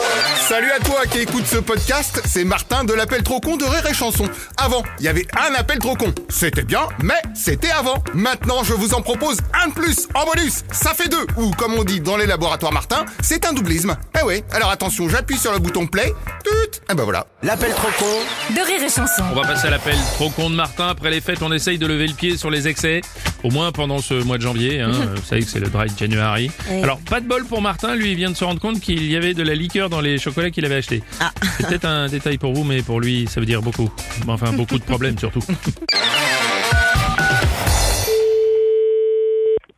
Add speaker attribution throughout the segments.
Speaker 1: Salut à toi qui écoute ce podcast, c'est Martin de l'appel trop con de Rire et Chanson. Avant, il y avait un appel trop con. C'était bien, mais c'était avant. Maintenant, je vous en propose un de plus en bonus. Ça fait deux, ou comme on dit dans les laboratoires Martin, c'est un doublisme. Eh ouais, alors attention, j'appuie sur le bouton play. Tut Et ben voilà.
Speaker 2: L'appel trop con
Speaker 3: de rire et chanson.
Speaker 4: On va passer à l'appel trop con de Martin. Après les fêtes, on essaye de lever le pied sur les excès. Au moins pendant ce mois de janvier. Hein. Vous savez que c'est le dry January. Alors, pas de bol pour Martin. Lui, il vient de se rendre compte qu'il y avait de la liqueur dans les chocolats qu'il avait achetés. C'est peut-être un détail pour vous, mais pour lui, ça veut dire beaucoup. Enfin, beaucoup de problèmes surtout.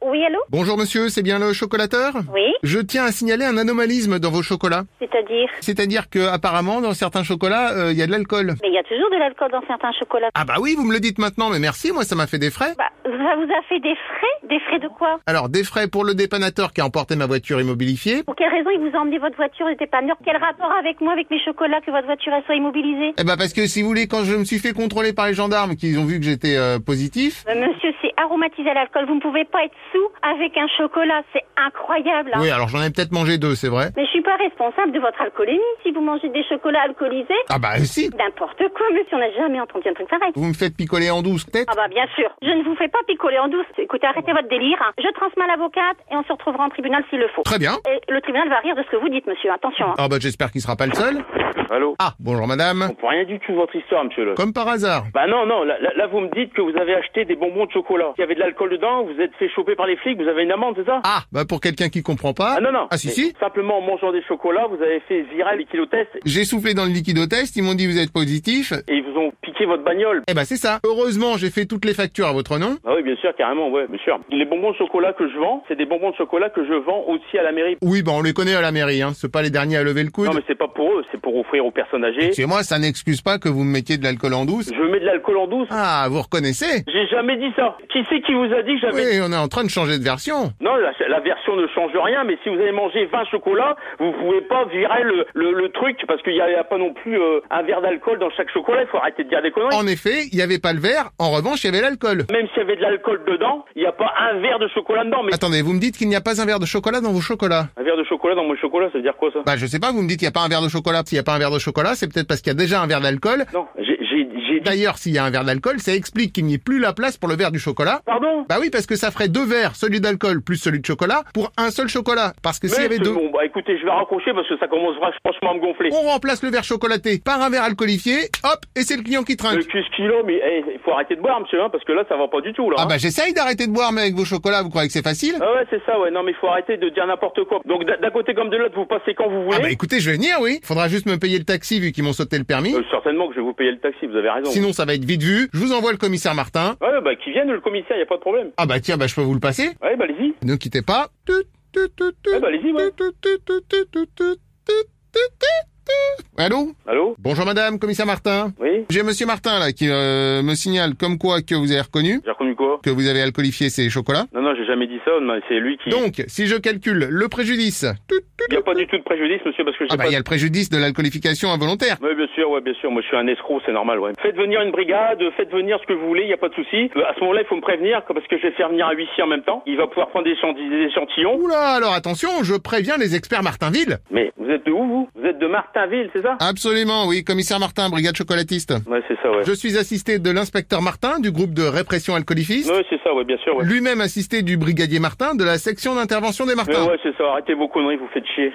Speaker 5: Oui, allô
Speaker 1: Bonjour monsieur, c'est bien le chocolateur
Speaker 5: Oui,
Speaker 1: Je tiens à signaler un anomalisme dans vos chocolats.
Speaker 5: c'est-à-dire
Speaker 1: C'est-à-dire que apparemment dans certains chocolats, euh, il y a de l'alcool.
Speaker 5: Mais il y a toujours de l'alcool dans certains chocolats.
Speaker 1: Ah bah oui, vous me le dites maintenant, mais merci, moi ça m'a fait des frais.
Speaker 5: Bah, ça vous a fait des frais Des frais de quoi
Speaker 1: Alors, des frais pour le dépanateur qui a emporté ma voiture immobilifiée.
Speaker 5: Pour quelle raison il vous a emmené votre voiture Vous n'étiez pas mûr Quel rapport avec moi, avec mes chocolats, que votre voiture elle soit immobilisée
Speaker 1: Eh ben parce que si vous voulez, quand je me suis fait contrôler par les gendarmes, qu'ils ont vu que j'étais euh, positif.
Speaker 5: Euh, Monsieur, c'est aromatisé à l'alcool. Vous ne pouvez pas être sous avec un chocolat. C'est incroyable. hein.
Speaker 1: Oui, alors j'en ai peut-être mangé deux, c'est vrai.
Speaker 5: Mais je suis pas responsable de votre alcoolémie. Si vous mangez des chocolats alcoolisés,
Speaker 1: Ah bah euh, si.
Speaker 5: n'importe quoi, monsieur, on n'a jamais entendu un truc pareil.
Speaker 1: Vous me faites picoler en douce tête.
Speaker 5: Ah bah bien sûr, je ne vous fais pas picoler en douce. Écoutez, arrêtez votre délire. hein. Je transmets à l'avocate et on se retrouvera en tribunal s'il le faut.
Speaker 1: Très bien.
Speaker 5: Et le tribunal va rire de ce que vous dites, monsieur. Attention. hein.
Speaker 1: Ah bah j'espère qu'il sera pas le seul.
Speaker 6: Allô
Speaker 1: Ah, bonjour madame.
Speaker 6: On comprend rien du tout de votre histoire, monsieur le.
Speaker 1: Comme par hasard.
Speaker 6: Bah non, non, là, là- là, vous me dites que vous avez acheté des bonbons de chocolat. Il y avait de l'alcool dedans, vous vous êtes fait choper par les flics, vous avez une amende, c'est ça
Speaker 1: Ah, bah pour quelqu'un qui comprend pas.
Speaker 6: Ah non, non.
Speaker 1: Ah si
Speaker 6: Mais
Speaker 1: si.
Speaker 6: Simplement en mangeant des chocolats, vous avez fait virer les kilotests
Speaker 1: J'ai soufflé dans le liquide au test, ils m'ont dit vous êtes positif.
Speaker 6: et ils vous ont piqué votre bagnole.
Speaker 1: Eh ben c'est ça. Heureusement, j'ai fait toutes les factures à votre nom.
Speaker 6: Ah oui, bien sûr, carrément, ouais, bien sûr. Les bonbons de chocolat que je vends, c'est des bonbons de chocolat que je vends aussi à la mairie.
Speaker 1: Oui, bah on les connaît à la mairie, hein. C'est pas les derniers à lever le coude.
Speaker 6: Non, mais c'est pas pour eux, c'est pour offrir aux personnes âgées.
Speaker 1: Chez moi, ça n'excuse pas que vous me mettiez de l'alcool en douce.
Speaker 6: Je mets de l'alcool en douce.
Speaker 1: Ah, vous reconnaissez
Speaker 6: J'ai jamais dit ça. Qui c'est qui vous a dit que j'avais...
Speaker 1: Oui, on est en train de changer de version.
Speaker 6: Non, la, la version ne change rien, mais si vous avez mangé 20 chocolats, vous pouvez pas virer le, le, le truc, parce qu'il n'y a, il y a pas non plus euh, un verre d'alcool dans chaque chocolat, il faut arrêter de dire des conneries.
Speaker 1: En effet, il n'y avait pas le verre, en revanche, il y avait l'alcool.
Speaker 6: Même s'il y avait de l'alcool dedans, il n'y a pas un verre de chocolat dedans, mais
Speaker 1: Attendez, vous me dites qu'il n'y a pas un verre de chocolat dans vos chocolats
Speaker 6: un verre de chocolat dans mon chocolat, ça veut dire quoi ça
Speaker 1: Bah, je sais pas, vous me dites qu'il n'y a pas un verre de chocolat. S'il n'y a pas un verre de chocolat, c'est peut-être parce qu'il y a déjà un verre d'alcool.
Speaker 6: Non, j'ai j'ai- j'ai dit...
Speaker 1: D'ailleurs, s'il y a un verre d'alcool, ça explique qu'il n'y ait plus la place pour le verre du chocolat.
Speaker 6: Pardon
Speaker 1: Bah oui, parce que ça ferait deux verres, celui d'alcool plus celui de chocolat, pour un seul chocolat. Parce que s'il y
Speaker 6: Mais
Speaker 1: avait
Speaker 6: c'est
Speaker 1: deux... Oh,
Speaker 6: bon, bah écoutez, je vais raccrocher parce que ça commence vra- franchement à me gonfler.
Speaker 1: On remplace le verre chocolaté par un verre alcoolifié, hop, et c'est le client qui
Speaker 6: Le
Speaker 1: trinque.
Speaker 6: cul kilo, Euh, mais eh, il faut arrêter de boire, monsieur, hein, parce que là, ça va pas du tout, là.
Speaker 1: Ah
Speaker 6: hein.
Speaker 1: bah j'essaye d'arrêter de boire, mais avec vos chocolats, vous croyez que c'est facile
Speaker 6: Ah ouais, c'est ça, ouais. Non, mais il faut arrêter de dire n'importe quoi. Donc, d'un d'un côté comme de l'autre, vous passez quand vous voulez.
Speaker 1: Ah bah écoutez, je vais venir, oui. Faudra juste me payer le taxi vu qu'ils m'ont sauté le permis.
Speaker 6: Euh, certainement que je vais vous payer le taxi, vous avez raison.
Speaker 1: Sinon, ça va être vite vu. Je vous envoie le commissaire Martin.
Speaker 6: Ouais, bah, qui vienne le commissaire, y a pas de problème.
Speaker 1: Ah bah tiens, bah je peux vous le passer.
Speaker 6: Ouais, bah, allez-y.
Speaker 1: Ne quittez pas. Tut, tut, tut, tut.
Speaker 6: Eh bah, allez-y, ouais.
Speaker 1: Tut, tut, tut, tut, tut, tut, tut, tut, tut. Allô
Speaker 6: Allô?
Speaker 1: Bonjour madame, commissaire Martin.
Speaker 6: Oui?
Speaker 1: J'ai monsieur Martin là qui euh, me signale comme quoi que vous avez reconnu
Speaker 6: J'ai reconnu quoi?
Speaker 1: que vous avez alcoolifié ces chocolats.
Speaker 6: Non, non, j'ai jamais dit ça, mais c'est lui qui.
Speaker 1: Donc, si je calcule le préjudice, tut, tut,
Speaker 6: Y a pas du tout de préjudice, monsieur, parce que j'ai
Speaker 1: euh, ah bah
Speaker 6: pas.
Speaker 1: il y a le préjudice de l'alcoolification involontaire.
Speaker 6: Oui, bien sûr, ouais, bien sûr. Moi, je suis un escroc, c'est normal, ouais. Faites venir une brigade, faites venir ce que vous voulez, y a pas de souci. Euh, À ce moment-là, il faut me prévenir, parce que je vais faire venir un huissier en même temps. Il va pouvoir prendre des, échant- des échantillons.
Speaker 1: Oula, alors attention, je préviens les experts Martinville.
Speaker 6: Mais vous êtes de où, vous? Vous êtes de Martinville, c'est ça?
Speaker 1: Absolument, oui, commissaire Martin, brigade chocolatiste.
Speaker 6: Ouais, c'est ça, ouais.
Speaker 1: Je suis assisté de l'inspecteur Martin du groupe de répression alcoolifiste,
Speaker 6: Ouais, c'est ça, ouais, bien sûr, ouais.
Speaker 1: lui-même assisté du brigadier Martin de la section d'intervention des
Speaker 6: Mais
Speaker 1: Martins.
Speaker 6: ouais, c'est ça, arrêtez vos conneries, vous faites chier.